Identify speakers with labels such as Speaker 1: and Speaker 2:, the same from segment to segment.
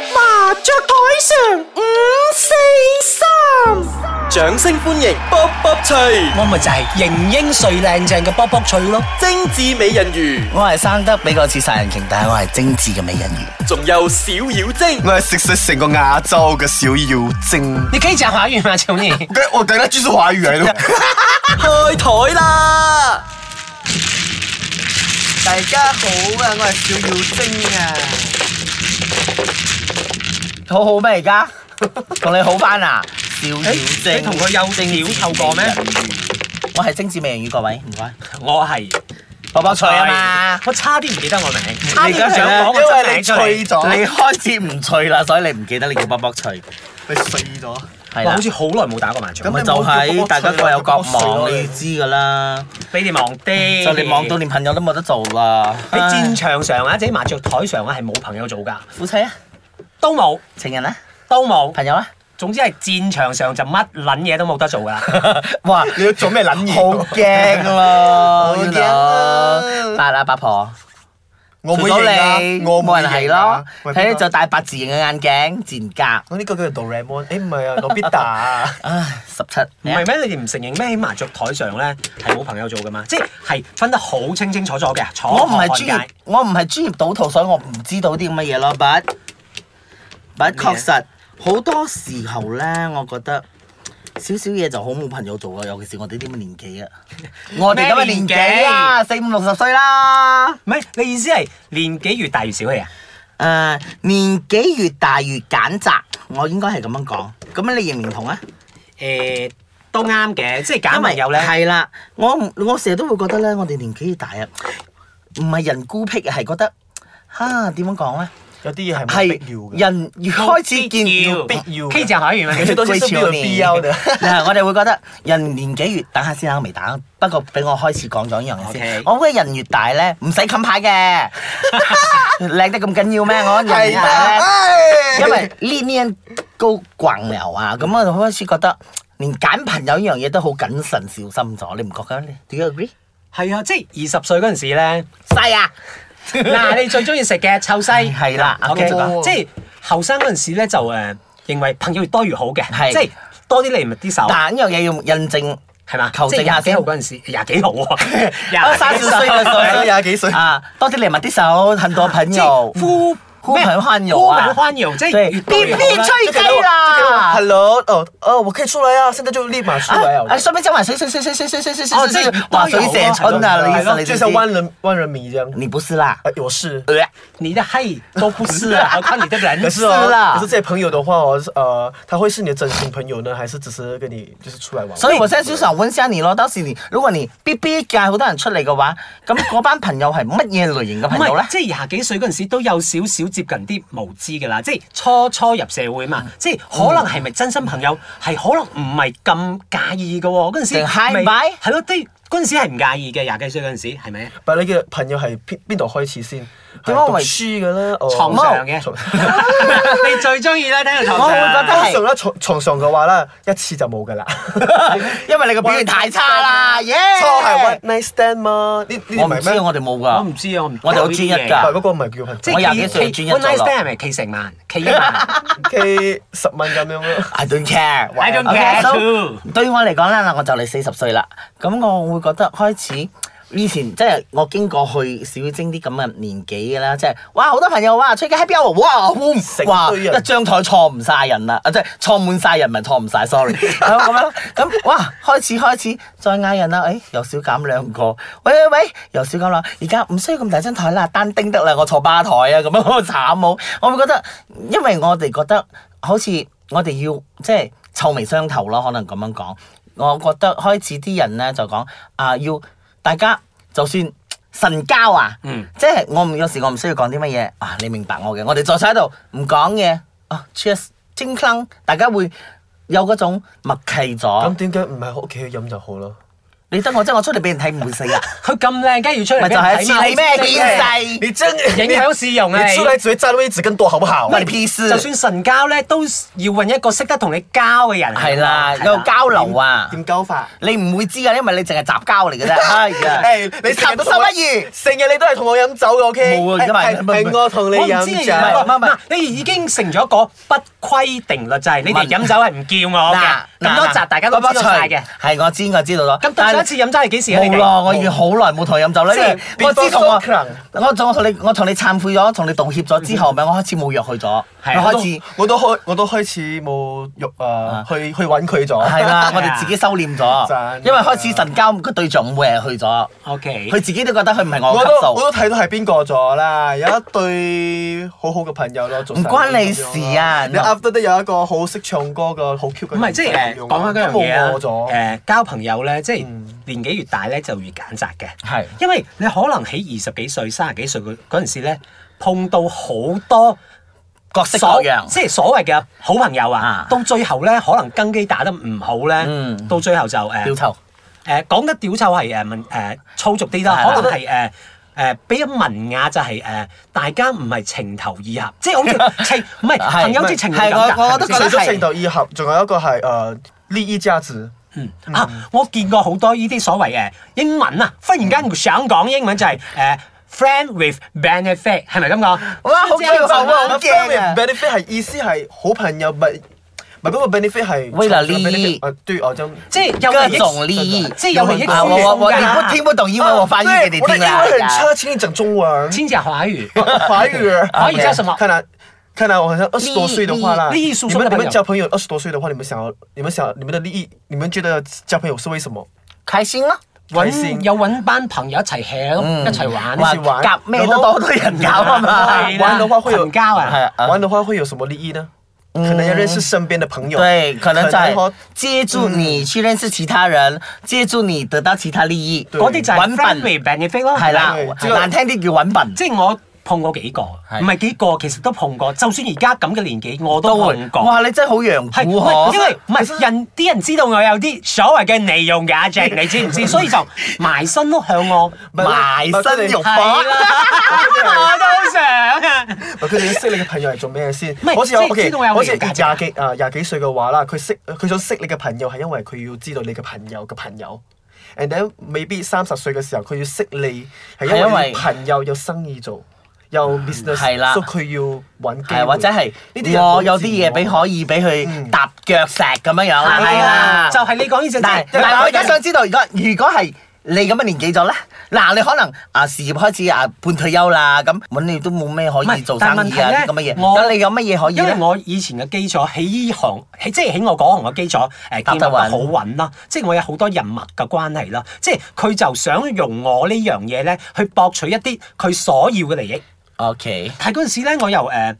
Speaker 1: 雀台上五四三，掌聲歡迎卜卜脆，
Speaker 2: 我咪就係型英帥靚正嘅卜卜脆咯，
Speaker 1: 精緻美人魚，
Speaker 2: 我係生得比較似殺人鯨，但係我係精緻嘅美人魚。
Speaker 1: 仲有小妖精，
Speaker 3: 我係食食成個亞洲嘅小妖精。
Speaker 2: 你可以講華語嗎，求你？
Speaker 3: 我我等下繼續華語嚟咯。
Speaker 1: 開台啦！
Speaker 4: 大家好啊，我係小妖精啊。
Speaker 2: 好好咩而 家？同你好翻啊？小妖精，
Speaker 4: 你同佢有小透過咩？
Speaker 2: 我係精緻美人魚，各位唔該。
Speaker 4: 我係
Speaker 2: 卜卜脆啊嘛，
Speaker 4: 我差啲唔記得我名。
Speaker 2: 差啲
Speaker 4: 你而家想講個
Speaker 2: 因
Speaker 4: 真
Speaker 2: 為你
Speaker 4: 名出嚟
Speaker 2: 脆咗，你開始唔脆啦，所以你唔記得你叫卜卜脆。
Speaker 3: 你碎咗。
Speaker 2: 係
Speaker 4: 哇，
Speaker 2: 啦
Speaker 4: 好，似好耐冇打過麻雀
Speaker 2: 咁，咪
Speaker 3: 你
Speaker 2: 就
Speaker 3: 冇叫卜卜
Speaker 2: 係
Speaker 3: 脆
Speaker 2: 大家各有各
Speaker 3: 我叫卜卜脆咯
Speaker 2: 忙，你要知㗎啦。
Speaker 4: 俾你望啲。
Speaker 2: 就你忙到連朋友都冇得做啦。
Speaker 4: 喺戰
Speaker 2: 唉
Speaker 4: 場上啊，或者麻雀台上啊，係冇朋友做㗎，
Speaker 2: 夫妻啊，
Speaker 4: 都冇，
Speaker 2: 情人啊，
Speaker 4: 都冇。
Speaker 2: 朋友啊。
Speaker 4: 總之係戰場上就乜撚嘢都冇得做㗎啦。
Speaker 2: 哇！
Speaker 3: 你要做咩撚嘢？
Speaker 2: 好驚咯，
Speaker 3: 好
Speaker 2: 要
Speaker 3: 驚啊
Speaker 2: 攞八啊八婆，
Speaker 3: 我
Speaker 2: 除
Speaker 3: 會
Speaker 2: 咗
Speaker 3: 贏啊
Speaker 2: 你，
Speaker 3: 我
Speaker 2: 冇
Speaker 3: 冇
Speaker 2: 人係咯，
Speaker 3: 啊
Speaker 2: 睇你就戴八字形嘅眼鏡，自然夾。
Speaker 3: 我呢個叫做 Doraemon，誒唔係啊，諾比達。
Speaker 2: 唉，十七，
Speaker 4: 唔係啊咩？你哋唔承認咩？喺麻雀台上咧係冇朋友做㗎嘛？即係分得好清清楚楚嘅，楚
Speaker 2: 我唔
Speaker 4: 河
Speaker 2: 係
Speaker 4: 漢
Speaker 2: 專業
Speaker 4: 界。，
Speaker 2: 我唔係專業賭徒，所以我唔知道啲咁嘅嘢咯。but but 確實好多時候咧，我覺得。少少嘢就好冇朋友做啊，尤其是我哋啲咁嘅年 紀啊，我哋咁嘅年紀啊，四五六十歲啦。
Speaker 4: 唔係你意思係年紀越大越小氣啊？
Speaker 2: 誒、呃年紀越大越揀擇，我應該係咁樣講。咁你認唔認同啊？
Speaker 4: 誒、都啱嘅，即係
Speaker 3: 啊
Speaker 4: 揀
Speaker 2: 因為
Speaker 4: 朋友咧，
Speaker 2: 係啦，我唔我成日都會覺得咧，我哋年紀越大啊，唔係人孤僻，係覺得嚇點樣講咧？
Speaker 3: 有啲嘢係冇必要
Speaker 2: 係
Speaker 3: 嘅。
Speaker 2: 人越開始見
Speaker 4: 要
Speaker 2: 必
Speaker 3: 必要嘅
Speaker 4: 可以講華語嗎？
Speaker 3: 實都是需要有必要的
Speaker 2: 嗱，我哋會覺得人年紀越等下先啊，我未打。不過俾我開始講咗一樣嘢先
Speaker 4: OK。
Speaker 2: 我覺得人越大咧，唔使冚 牌嘅，靚得咁緊要咩？我人越大咧。因為呢呢人高逛流啊，咁我就開始覺得連揀朋友呢樣嘢都好謹慎小心咗，你唔覺㗎？你 Do you agree？
Speaker 4: 係啊，即係二十歲嗰陣時 咧，
Speaker 2: 細 啊，
Speaker 4: 嗱你最中意食嘅臭西
Speaker 2: 係啦
Speaker 4: ，OK，
Speaker 2: 冇
Speaker 3: 錯喎
Speaker 4: 即係後生嗰陣時咧就誒、認為朋友越多越好嘅，
Speaker 2: 係
Speaker 4: 即係多啲嚟咪啲手，
Speaker 2: 但呢樣嘢要印證。
Speaker 4: 係嘛？
Speaker 2: 求
Speaker 4: 即係
Speaker 2: 證下
Speaker 4: 廿幾
Speaker 2: 先
Speaker 4: 號嗰陣時，廿幾號喎，
Speaker 2: 啊，
Speaker 4: 廿
Speaker 2: 三
Speaker 4: 幾
Speaker 2: 十歲嘅 歲，
Speaker 3: 廿幾歲
Speaker 2: 啊，多啲禮物啲手，很多朋友，
Speaker 4: 呼
Speaker 2: 呼朋喚友
Speaker 4: 呼
Speaker 2: 啊
Speaker 4: 朋喚友，即係
Speaker 2: 對
Speaker 4: 越，多
Speaker 2: 必
Speaker 4: 越
Speaker 2: 必
Speaker 4: 好啦
Speaker 2: 吹雞啦。
Speaker 3: Hello，哦哦，我可以出來啊，現在就立馬出來啊！
Speaker 2: 啊！順便講埋水水水水水水水水水水
Speaker 4: 哇
Speaker 2: 哇！水蛇春啊，你意思你
Speaker 3: 就像萬人萬人迷一樣。
Speaker 2: 你不是啦，
Speaker 3: 哎，我是。
Speaker 4: 你的嘿都不是 啊，何況你的人
Speaker 3: 可是哦
Speaker 2: 是啦，
Speaker 3: 可是这些朋友的话哦，呃，他会是你的真心朋友呢，还是只是跟你就是出来玩？哎
Speaker 2: 所以我現在就想問下你咯，當時你如果你 B B 界好多人出嚟嘅話，咁嗰班朋友係乜嘢類型嘅
Speaker 4: 唔
Speaker 2: 朋友咧
Speaker 4: 係，？即係廿幾歲嗰陣時都有少少接近啲無知㗎啦，即係初初入社會
Speaker 2: 嗯
Speaker 4: 嘛，即係可能係咪真心朋友係可能唔係咁介意嘅喎，嗰陣時
Speaker 2: 定 high
Speaker 4: 咪
Speaker 2: bye？
Speaker 4: 係咯，啲嗰陣時係唔介意嘅，廿幾歲嗰陣時係咪？啊
Speaker 3: 但你嘅朋友係邊邊度開始先？
Speaker 2: 點解我為
Speaker 3: 係讀書嘅啦，哦
Speaker 4: 床上 嘅，
Speaker 3: 床
Speaker 4: 你最中意啦，聽到
Speaker 2: 我
Speaker 4: 床上。
Speaker 2: 會覺得
Speaker 3: 通常咧床床上嘅話咧，一次就冇噶啦。
Speaker 2: 因為你嘅表現太差啦，耶！
Speaker 3: 初係 one night stand 嘛？呢呢啲
Speaker 2: 我
Speaker 3: 唔
Speaker 2: 唔
Speaker 3: 係
Speaker 2: 知，
Speaker 3: 咩？
Speaker 2: 我哋冇
Speaker 4: 我
Speaker 2: 㗎
Speaker 4: 唔。知啊，我唔
Speaker 2: 我哋好專一㗎
Speaker 3: 但係嗰個唔係叫朋友，
Speaker 4: 即
Speaker 3: 即
Speaker 2: 我
Speaker 4: 係
Speaker 2: 廿幾歲
Speaker 4: 企
Speaker 2: 專一咗
Speaker 4: one night
Speaker 2: 咯
Speaker 4: stand 係咪企成萬，企一 萬？
Speaker 3: 係 K 十蚊咁樣咯。
Speaker 2: I don't care。
Speaker 4: I don't care too
Speaker 2: 對於我嚟講啦，嗱，我就嚟四十歲啦，咁我會覺得開始。以前即係我經過去小精啲咁嘅年紀嘅啦，即係哇好多朋友哇吹嘅 happy hour，哇
Speaker 3: 成
Speaker 2: 哇
Speaker 3: 堆人
Speaker 2: 一張台坐唔晒人啦，啊即係坐滿晒人，唔係坐唔晒 sorry 咁咁樣咁哇開始開始再嗌人啦，誒、又少減兩個，喂喂喂又少減啦，而家唔需要咁大張台啦，單丁得啦，我坐吧台啊咁樣好慘冇，我會覺得因為我哋覺得好似我哋要即係臭味相投咯，可能咁樣講。我覺得開始啲人咧就講啊，要大家就算神交啊，
Speaker 4: 嗯
Speaker 2: 即係我唔有時我唔需要講啲乜嘢啊，你明白我嘅。我哋坐晒喺度唔講嘢啊，cheers，精鏗，大家會有嗰種默契咗
Speaker 3: 咁。點解唔喺屋企飲就好咯？
Speaker 2: 你得我啫，我出嚟俾人睇唔會死 啊！
Speaker 4: 佢咁靚，梗係要出嚟
Speaker 2: 咪
Speaker 4: 俾
Speaker 2: 就
Speaker 4: 人睇
Speaker 2: 係
Speaker 4: 嘛
Speaker 2: 似你咩見
Speaker 4: 好
Speaker 2: 世？
Speaker 3: 你真
Speaker 4: 影響市容啊！
Speaker 3: 你出來只會佔位置更多，好不好？
Speaker 2: 關你屁事！
Speaker 4: 就算神交咧，都要揾一個識得同你交嘅人。
Speaker 2: 係啦，有個交流啊，
Speaker 3: 點交法？
Speaker 2: 你唔會知噶，因為你淨係雜交 嚟嘅啫。 係啊，
Speaker 3: 誒，你
Speaker 2: 插到心不如。
Speaker 3: 成日你都係同我飲酒嘅，OK？
Speaker 2: 冇啊而家咪
Speaker 3: 係係係我同你
Speaker 4: 我唔
Speaker 3: 飲
Speaker 4: 知你
Speaker 3: 酒
Speaker 4: 有冇
Speaker 2: 唔係唔係唔係
Speaker 4: 嗱你已經成咗一個不規定律，就係你哋飲酒係唔叫我嘅。咁多集大家都知道晒嘅。
Speaker 2: 係我知我知道咗。
Speaker 4: 咁對上一次飲酒係幾時啊？你
Speaker 2: 冇啦，
Speaker 4: 哋
Speaker 2: 我已經好耐冇同佢飲酒啦，因為
Speaker 3: 即係
Speaker 2: 我知同我
Speaker 3: before Soccer
Speaker 2: 我同我同你我同你懺悔咗，同你道歉咗之後，咪我開始冇約佢咗，
Speaker 4: 係
Speaker 2: 我
Speaker 4: 我
Speaker 2: 開始
Speaker 3: 我都開我都開始冇肉啊，去去揾佢咗。
Speaker 2: 係啦，
Speaker 4: 係啊
Speaker 2: 我哋自己收斂
Speaker 3: 真係
Speaker 2: 咗，因為開始神交個對象唔會係去咗，
Speaker 4: OK
Speaker 2: 佢。自己都覺得佢唔係我
Speaker 3: 我
Speaker 2: 嘅
Speaker 3: 都我
Speaker 2: 級數。
Speaker 3: 都睇到係邊個咗啦，有一對好好嘅朋友咯，做生意
Speaker 2: 唔關你事啊
Speaker 3: 咁樣啦你 after 得有一個好識唱歌嘅好 Q 嘅，
Speaker 4: 唔係，即係誒講翻嗰樣
Speaker 3: 都
Speaker 4: 嘢
Speaker 3: 冇
Speaker 4: 啊
Speaker 3: 我！咗。
Speaker 4: 誒交朋友咧，即係
Speaker 3: 嗯
Speaker 4: 年紀越大咧就越揀擇嘅。
Speaker 2: 係
Speaker 4: 因為你可能喺二十幾歲、三十幾歲嗰嗰陣時咧，碰到好多
Speaker 2: 各式各樣，
Speaker 4: 即係所謂嘅好朋友
Speaker 2: 啊
Speaker 4: 啊，到最後咧，可能根基打得唔好咧，
Speaker 2: 嗯
Speaker 4: 到最後就誒
Speaker 2: 掉頭
Speaker 4: 誒講得屌臭係誒文誒粗俗啲
Speaker 2: 係啦
Speaker 4: 啦，可能呃係誒。誒比較文雅就係、誒，大家唔係情投意合，即係好似情唔係
Speaker 2: 係
Speaker 4: 朋友之情
Speaker 2: 係
Speaker 4: 侶咁
Speaker 2: 我我
Speaker 4: 㗎
Speaker 2: 都
Speaker 4: 係
Speaker 2: 覺
Speaker 4: 咪
Speaker 2: 得
Speaker 4: 先
Speaker 3: 除咗情投意合，仲有一個係誒利益價值。
Speaker 4: 嗯啊，我見過好多呢啲所謂誒英文啊，忽然間想講英文就係誒 friend with benefit 係咪咁講？
Speaker 2: 哇好
Speaker 4: 即係
Speaker 2: 勁
Speaker 4: 就
Speaker 2: 喎好
Speaker 4: 啦
Speaker 2: 驚啊
Speaker 3: benefit 係意思係好朋友，唔係唔係嗰個 benefit 係
Speaker 2: 為了
Speaker 3: 除咗
Speaker 2: 利益
Speaker 3: benefit，呃對，我將
Speaker 4: 即係有
Speaker 2: 各
Speaker 4: 利益
Speaker 2: 種利益，
Speaker 4: 即係有利益
Speaker 2: 啊
Speaker 4: 輸
Speaker 2: 我我
Speaker 4: 送
Speaker 2: 我你
Speaker 4: 㗎
Speaker 2: 不聽不懂英文，我翻譯給你
Speaker 3: 啊
Speaker 2: 聽
Speaker 3: 對
Speaker 2: 啦
Speaker 3: 我。的英文很差，请你講中文。
Speaker 4: 先至係華語。
Speaker 3: 華語，
Speaker 4: 華語叫什麼
Speaker 3: 啊看來，看來我好像二十多岁的话啦，
Speaker 4: 利益利益輸
Speaker 3: 你
Speaker 4: 送的
Speaker 3: 们你
Speaker 4: 朋友
Speaker 3: 们交朋友二十多岁的话，你们想要，你们想你们的利益，你们觉得交朋友是为什么？
Speaker 2: 開心啦，
Speaker 3: 開心
Speaker 4: 揾有揾班朋友一齊 hea，一齊玩。
Speaker 3: 哇
Speaker 4: 係
Speaker 3: 玩
Speaker 2: 夾咩都多多人搞啊嘛。
Speaker 4: 啦
Speaker 3: 玩的話會有
Speaker 4: 群交啊，嗯
Speaker 2: 啊
Speaker 3: 玩的话会有什么利益呢？可能要认识身边的朋友，哦
Speaker 2: 对，可能嗯在
Speaker 3: 和
Speaker 2: 借助你去认识其他人，借助你得到其他利益，
Speaker 3: 對
Speaker 4: 嗰啲就
Speaker 2: 揾
Speaker 4: 係 friend
Speaker 2: 笨
Speaker 4: with benefit 咯。
Speaker 2: 係啦
Speaker 3: 對，
Speaker 2: 係難聽啲叫揾笨，
Speaker 4: 即係我碰過幾個，
Speaker 2: 係
Speaker 4: 唔係幾個，其實都碰過。就算而家咁嘅年紀，我都
Speaker 2: 都會
Speaker 4: 碰。過。
Speaker 2: 哇，你真係好陽
Speaker 4: 係，
Speaker 2: 古
Speaker 4: 唔係
Speaker 2: 可，
Speaker 4: 因為唔係人啲人知道我有啲所謂嘅利用價值，你知唔知？所以 就埋身咯向我。
Speaker 2: 埋身肉搏
Speaker 4: 係。啦， 我都想啊。
Speaker 3: 哦佢哋識你嘅朋友係做咩先？
Speaker 4: 係
Speaker 3: 好似我
Speaker 4: 即係知道我有
Speaker 3: 好似
Speaker 4: 朋友價值
Speaker 3: 廿幾啊廿幾歲嘅話啦，佢識佢想識你嘅朋友係因為佢要知道你嘅朋友嘅朋友。and then 未必三十歲嘅時候佢要識你係
Speaker 2: 嗯係因
Speaker 3: 因
Speaker 2: 為嗯
Speaker 3: 為朋友有生意做，有 business，
Speaker 2: 係啦
Speaker 3: 所以佢要揾機會
Speaker 2: 係或者係
Speaker 3: 呢啲人好
Speaker 2: 我有啲嘢俾
Speaker 3: 自我
Speaker 2: 可以俾佢
Speaker 3: 嗯
Speaker 2: 踏腳石咁樣樣，係啦。
Speaker 4: 啊就係你講呢只。
Speaker 2: 但係但係我而家想知道，如果如果係你咁嘅年紀咗咧，嗱你可能啊事業開始啊半退休啦，咁咁你都冇咩可
Speaker 4: 唔
Speaker 2: 以
Speaker 4: 係
Speaker 2: 做
Speaker 4: 但係
Speaker 2: 生意啊
Speaker 4: 問
Speaker 2: 啲
Speaker 4: 題
Speaker 2: 咁嘅嘢，
Speaker 4: 呢我
Speaker 2: 咁你有乜嘢可以
Speaker 4: 因為
Speaker 2: 咧？
Speaker 4: 我以前嘅基礎喺依行，喺即係喺我嗰行嘅基礎，誒
Speaker 2: 搭
Speaker 4: 建
Speaker 2: 得
Speaker 4: 立得
Speaker 2: 穩
Speaker 4: 好穩啦。即係我有好多人脈嘅關係啦。即係佢就想用我呢樣嘢咧，去博取一啲佢所要嘅利益。
Speaker 2: O K，
Speaker 4: 但係嗰陣時咧，我又誒、呃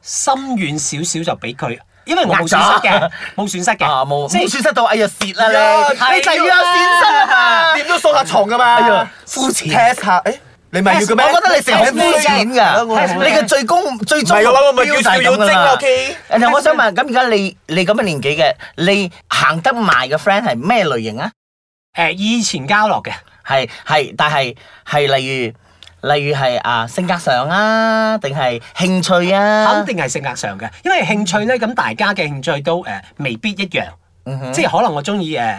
Speaker 4: 心軟少少就俾佢，因為我冇損
Speaker 2: 呃
Speaker 4: 失
Speaker 2: 咗
Speaker 4: 嘅，冇損失嘅，
Speaker 2: 啊冇
Speaker 4: 即
Speaker 2: 冇
Speaker 4: 係
Speaker 2: 損失到，哎呀蝕啦
Speaker 3: 呀
Speaker 2: 你，你就要有損失啊嘛。
Speaker 3: 點都掃下床㗎嘛。
Speaker 2: 哎呀膚淺
Speaker 3: test 下，誒你咪要嘅咩？
Speaker 2: 我覺得你成日好膚淺㗎，
Speaker 3: 我係
Speaker 2: 你嘅最公最終
Speaker 3: 唔係嘅話我
Speaker 2: 目
Speaker 3: 咪
Speaker 2: 標就係咁㗎
Speaker 3: 叫小妖精啦
Speaker 2: 啦
Speaker 3: ，OK？。
Speaker 2: 誒我想問，咁而家你你咁嘅年紀嘅，你行得埋嘅 friend 係咩類型啊？
Speaker 4: 誒以前交落嘅，
Speaker 2: 係係，但係係例如例如係啊性格上啊，定係興趣啊
Speaker 4: 肯？定係性格上嘅，因為興趣咧，咁大家嘅興趣都誒、呃未必一樣。即係可能我中意誒誒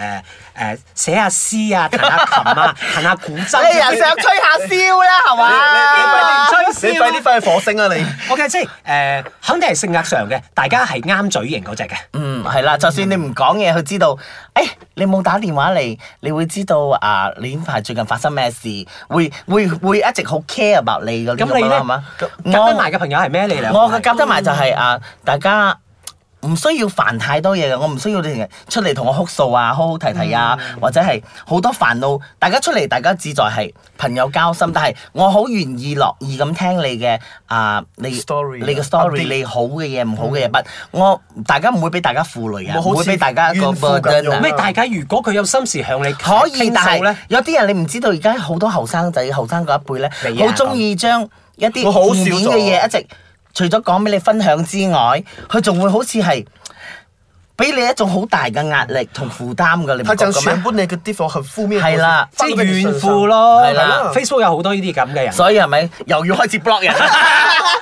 Speaker 4: 誒寫下詩啊，彈下琴啊，彈下古箏。
Speaker 2: 你又哎想吹 下簫啦，係嘛？
Speaker 3: 你快啲翻去火星啊你！
Speaker 4: OK，即係誒、呃肯定係性格上嘅，大家係啱嘴型嗰只嘅。
Speaker 2: 嗯，係啦，就算你唔講嘢，佢知道，誒、哎你冇打電話嚟，你會知道啊，你呢排最近發生咩事，會會會一直好 care about 你嗰
Speaker 4: 咁
Speaker 2: 啲咁
Speaker 4: 你
Speaker 2: 樣啦，
Speaker 4: 咧
Speaker 2: 係嘛？
Speaker 4: 夾得埋嘅朋友係咩？你兩個
Speaker 2: 我我嘅夾得埋就係、啊，大家。唔需要煩太多嘢嘅，我唔需要你出嚟同我哭訴啊、哭哭啼啼啊，
Speaker 3: 嗯
Speaker 2: 或者係好多煩惱。大家出嚟，大家志在係朋友交心，但係我好願意樂意咁聽你嘅啊，你
Speaker 3: Story
Speaker 2: 你嘅 story，
Speaker 3: update 嗯
Speaker 2: 你好嘅嘢、唔好嘅嘢，不我大家唔會俾大家負累啊，
Speaker 3: 冇好
Speaker 2: 唔
Speaker 3: 似
Speaker 2: 會俾大家一個
Speaker 3: 怨婦咁
Speaker 2: burden 啊
Speaker 3: 樣
Speaker 4: 咩？大家如果佢有心事向你
Speaker 2: 可以，
Speaker 4: 傾
Speaker 2: 但
Speaker 4: 訴
Speaker 2: 係
Speaker 4: 咧，
Speaker 2: 有啲人你唔知道，而家好多後生仔、後生嗰一輩
Speaker 4: 你
Speaker 2: 咧，
Speaker 4: 啊
Speaker 2: 好中意將一啲
Speaker 3: 我好
Speaker 2: 負
Speaker 3: 少
Speaker 2: 面
Speaker 3: 做
Speaker 2: 嘅嘢一直除咗講俾你分享之外，佢仲會好似係俾你一種好大嘅壓力同負擔㗎，你唔
Speaker 3: 他
Speaker 2: 覺
Speaker 3: 讲
Speaker 2: 嘅
Speaker 3: 全
Speaker 2: 咩？
Speaker 3: 部 negative 和很負面，
Speaker 2: 係啦
Speaker 4: 即係怨婦
Speaker 3: 咯。
Speaker 4: 咯，
Speaker 2: 係啦
Speaker 4: Facebook 有好多呢啲咁嘅人。
Speaker 2: 所以係咪又要開始 block 人？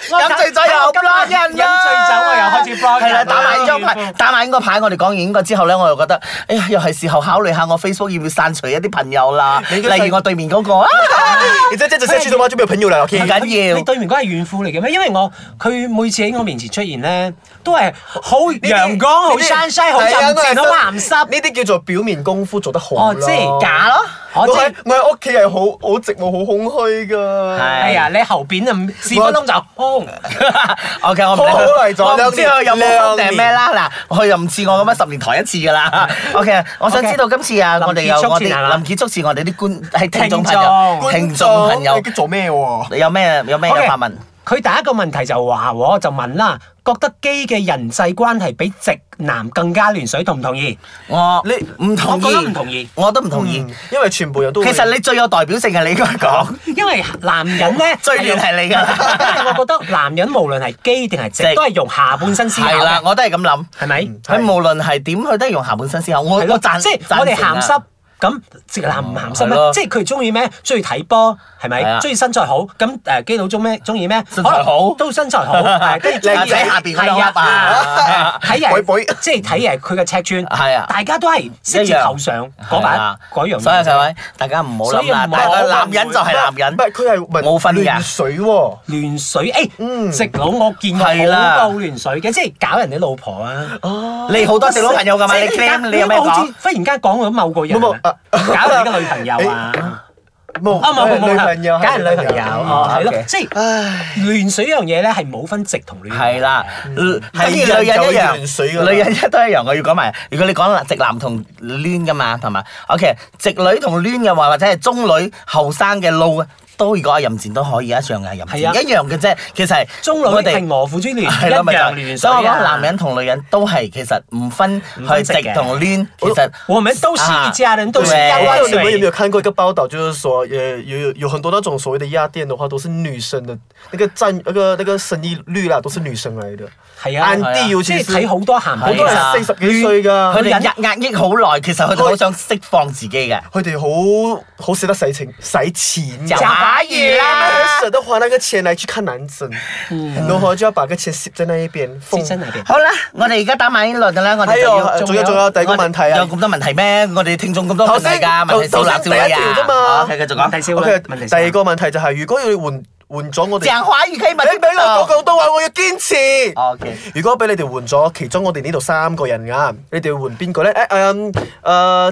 Speaker 2: 飲醉咗又 block 人啦
Speaker 4: 飲醉酒我又開始 block 人
Speaker 2: 係啦，
Speaker 4: 啦
Speaker 2: 打埋呢張牌，打埋呢個牌，我哋講完呢個之後咧，我又覺得，哎呀，又係時候考慮下我 Facebook 要唔要刪除一啲朋友啦，
Speaker 3: 你嘅世
Speaker 2: 例如我對面嗰 個啊，
Speaker 3: 你再這樣子下去的話，就沒有朋友了。OK，
Speaker 2: 唔緊要
Speaker 4: 你。對面嗰係怨婦嚟嘅咩？因為我佢每次喺我面前出現咧，都係好
Speaker 3: 呢啲
Speaker 4: 陽光、好
Speaker 3: 呢啲
Speaker 4: sunshine、好
Speaker 3: 係啊
Speaker 4: 沉靜、
Speaker 3: 我係
Speaker 4: 好鹹濕。
Speaker 3: 呢啲叫做表面功夫做得好
Speaker 4: 哦，
Speaker 3: 咯
Speaker 4: 即係假咯。
Speaker 3: 我
Speaker 4: 我即
Speaker 3: 喺
Speaker 4: 係
Speaker 3: 我喺屋企係好好寂寞、好空虛噶。
Speaker 2: 係
Speaker 4: 哎呀，你後邊啊，四分鐘就空。
Speaker 2: OK，我唔
Speaker 3: 好好嚟咗
Speaker 2: 我唔
Speaker 3: 兩
Speaker 2: 知佢有
Speaker 3: 年
Speaker 2: 冇定係
Speaker 3: 兩年
Speaker 2: 咩啦。嗱，佢又唔似我咁樣十年抬一次噶啦。OK，我想
Speaker 4: OK
Speaker 2: 知道今次啊，
Speaker 4: 臨
Speaker 2: 我哋
Speaker 4: 結
Speaker 2: 有
Speaker 4: 束
Speaker 2: 我
Speaker 4: 前係
Speaker 2: 哋
Speaker 4: 嘛
Speaker 2: 林結束前，我哋啲觀係聽眾朋友、
Speaker 3: 觀眾
Speaker 2: 聽眾朋友
Speaker 3: 你做咩喎？
Speaker 2: 有咩有咩有
Speaker 4: OK，
Speaker 2: 發問？
Speaker 4: 佢第一個問題就話喎，就問啦，覺得基嘅人際關係比直男更加亂水，同唔同意？
Speaker 2: 我
Speaker 3: 你
Speaker 2: 唔同意，
Speaker 4: 我覺得唔同意
Speaker 2: 我都唔同意
Speaker 3: 嗯。因為全部人都會
Speaker 2: 其實你最有代表性嘅，你應該講
Speaker 4: 因為男人咧
Speaker 2: 最亂係你㗎
Speaker 4: 因為我覺得男人無論係基定係直，
Speaker 2: 直
Speaker 4: 都係用下半身思考
Speaker 2: 係啦
Speaker 4: 嘅，，
Speaker 2: 我都係咁諗。
Speaker 4: 係咪？
Speaker 3: 嗯
Speaker 2: 佢
Speaker 3: 係
Speaker 2: 無論係點，佢都係用下半身思考。我
Speaker 4: 係咯
Speaker 2: 我贊，
Speaker 4: 哦即係我哋鹹濕
Speaker 2: 贊。
Speaker 4: 咁直男唔鹹濕
Speaker 2: 係
Speaker 4: 咩
Speaker 2: 咯？
Speaker 4: 即係佢中意咩？中意睇波係
Speaker 2: 係啊
Speaker 4: 咪？中意身材好咁誒？基佬中咩？中意咩？
Speaker 2: 身材好
Speaker 4: 可能都身材 好，係跟住
Speaker 2: 靚仔下邊嗰兩粒啊
Speaker 4: 係啊睇
Speaker 3: 背背
Speaker 4: 人即係睇人佢嘅尺寸，
Speaker 2: 係啊
Speaker 4: 大家都係識
Speaker 2: 一
Speaker 4: 字
Speaker 2: 樣
Speaker 4: 頭上嗰
Speaker 2: 係
Speaker 4: 把
Speaker 2: 啦
Speaker 4: 嗰樣嘢。
Speaker 2: 所以各位，大家唔好諗啦。
Speaker 4: 所以唔好
Speaker 2: 但係男人就係男人
Speaker 3: 唔。係佢係問
Speaker 2: 冇分㗎
Speaker 3: 亂水喎。
Speaker 4: 亂水，誒、
Speaker 3: 嗯
Speaker 4: 直佬我見過好
Speaker 2: 係啦
Speaker 4: 夠亂水嘅，即係搞人哋老婆啊！
Speaker 2: 你好多直佬朋友㗎嘛？
Speaker 4: 即係
Speaker 2: 你 claim 你有咩
Speaker 4: 我好
Speaker 2: 講
Speaker 4: 似？忽然間講到某個人
Speaker 3: 冇冇
Speaker 4: 啊，
Speaker 3: 啊
Speaker 4: 搞人哋嘅女朋友
Speaker 2: 哎
Speaker 4: 啊！
Speaker 2: 哦
Speaker 3: 冇
Speaker 4: 啊冇冇冇，
Speaker 3: 女朋友，
Speaker 4: 梗係女朋友，哦係咯
Speaker 2: OK，
Speaker 4: 即係亂水一樣嘢咧，係冇分直同亂。
Speaker 2: 係啦，係
Speaker 3: 等於
Speaker 2: 女人
Speaker 3: 人就
Speaker 2: 一
Speaker 3: 要
Speaker 2: 樣，
Speaker 3: 完水㗎 啦
Speaker 2: 女人一都一樣。我要講埋，如果你講直男同攣噶嘛，係嘛？OK，直女同攣嘅話，或者係中女後生嘅路啊，都如果阿任戰都可以一樣嘅，任戰
Speaker 4: 係啊
Speaker 2: 一樣嘅啫。其實係
Speaker 4: 中
Speaker 2: 我
Speaker 4: 女
Speaker 2: 哋
Speaker 4: 係我苦之亂，一
Speaker 2: 係咯，咪就
Speaker 4: 樣
Speaker 2: 係
Speaker 4: 亂
Speaker 2: 所
Speaker 4: 水
Speaker 2: 以
Speaker 4: 啊
Speaker 2: 我講男人同女人都係其實唔分
Speaker 4: 唔
Speaker 2: 去
Speaker 4: 分
Speaker 2: 直
Speaker 4: 直嘅
Speaker 2: 同攣，其實
Speaker 4: 我們都是
Speaker 2: À.
Speaker 4: 一家人，都是一
Speaker 2: 對
Speaker 4: 家
Speaker 3: 你们有没
Speaker 4: 人。
Speaker 3: 有看过一个报道，就是说，呃，有有有很多那种所谓的亚店的话，都是女生的那个占那个那个生意率啦，都是女生来的。
Speaker 4: 係啊，
Speaker 3: 暗啲尤
Speaker 4: 即
Speaker 3: 其
Speaker 4: 係
Speaker 3: 是
Speaker 4: 睇好多鹹
Speaker 3: 好多
Speaker 4: 片啊
Speaker 2: 係啊
Speaker 3: 人四十幾歲
Speaker 2: 佢
Speaker 3: 㗎，
Speaker 2: 哋壓壓抑好耐，其實佢哋好想釋放自己嘅。
Speaker 3: 佢哋好好捨得使錢，使錢
Speaker 2: 假
Speaker 3: 㗎。
Speaker 2: 把
Speaker 4: 魚
Speaker 3: 他
Speaker 4: 啦嗯
Speaker 3: 们很舍得花那个錢來去看男生，然後就要把個錢攝在那一邊。
Speaker 4: 先真係嘅。
Speaker 2: 好啦，我哋而家打埋呢輪㗎啦，我哋
Speaker 3: 還
Speaker 2: 就要
Speaker 3: 有仲有仲有第二個問題
Speaker 2: 有
Speaker 3: 啊
Speaker 2: 咁多問題咩？我哋聽眾咁多問題㗎，問
Speaker 3: 頭
Speaker 2: 題
Speaker 3: 先
Speaker 2: 少男少女
Speaker 3: 頭先第一條啫嘛
Speaker 2: 啊。OK，繼續
Speaker 4: 問題
Speaker 2: 講。
Speaker 4: 少啦
Speaker 3: ！OK，
Speaker 4: 問啊題
Speaker 3: 第
Speaker 4: 少啦
Speaker 3: 二個問題就係如果要你換換咗我哋，
Speaker 2: 鄭華語可以問
Speaker 3: 你俾我講廣東話，我要堅持。
Speaker 2: OK，
Speaker 3: 如果俾你哋換咗其中我哋呢度三個人啊，你哋會換邊個咧？誒、嗯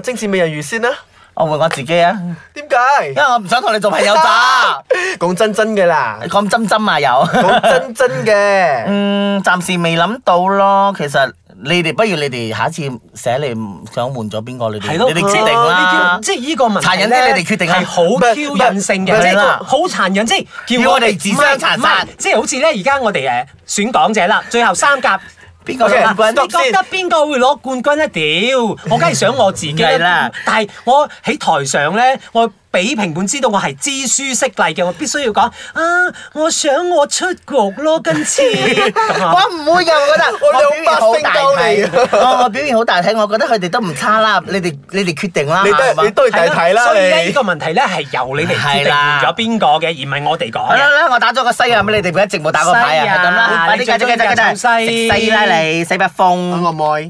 Speaker 3: 誒，精緻美人魚先啦。
Speaker 2: 我換我自己啊，
Speaker 3: 點解
Speaker 2: 因？為我唔想同你做朋友 咋。
Speaker 3: 講真真嘅啦，
Speaker 2: 講針針啊，有。
Speaker 3: 講真真嘅。
Speaker 2: 嗯，暫時未諗到咯。其實你哋不如你哋下一次寫你想換咗邊個，你哋
Speaker 4: 係咯，
Speaker 2: 哦你哋決定啦。
Speaker 4: 即係呢個問題
Speaker 2: 殘忍啲你哋決定啦
Speaker 4: 係好挑釁性嘅，即係好殘忍，即係
Speaker 2: 要我哋自相殘殺
Speaker 4: 唔係唔係即係好似咧，而家我哋誒選港者啦，最後三甲。
Speaker 2: 邊個
Speaker 3: OK，
Speaker 2: 冠軍？
Speaker 4: 你覺得邊個會攞冠軍咧？屌，我梗係想我自己
Speaker 2: 係啦
Speaker 4: 啦。但係我喺台上咧，我俾評判知道我係知書識禮嘅，我必須要講啊！我想我出局咯，今次咁啊
Speaker 2: 我唔會㗎， 我覺得
Speaker 3: 我
Speaker 2: 表現好大
Speaker 3: 兩百星
Speaker 2: 體， 我我表現好大體，我覺得佢哋都唔差啦。你哋你哋決定啦，
Speaker 3: 你都
Speaker 2: 係嘛
Speaker 3: 係你都係大睇啦
Speaker 4: 嗯所以咧
Speaker 3: 你
Speaker 4: 呢個。問題咧係由你哋決
Speaker 2: 係
Speaker 4: 定
Speaker 2: 啦
Speaker 4: 咗邊個嘅，而唔係我哋講
Speaker 2: 好啦
Speaker 4: 嘅。
Speaker 2: 啦，我打咗個西啊，咁你哋一直冇打過牌啊，
Speaker 4: 西啊
Speaker 2: 係咁啦，快啲
Speaker 4: 你
Speaker 2: 繼續繼
Speaker 4: 最中意
Speaker 2: 續繼
Speaker 4: 就
Speaker 2: 續
Speaker 4: 係西
Speaker 2: 食西啦你，西北風。
Speaker 3: 我愛。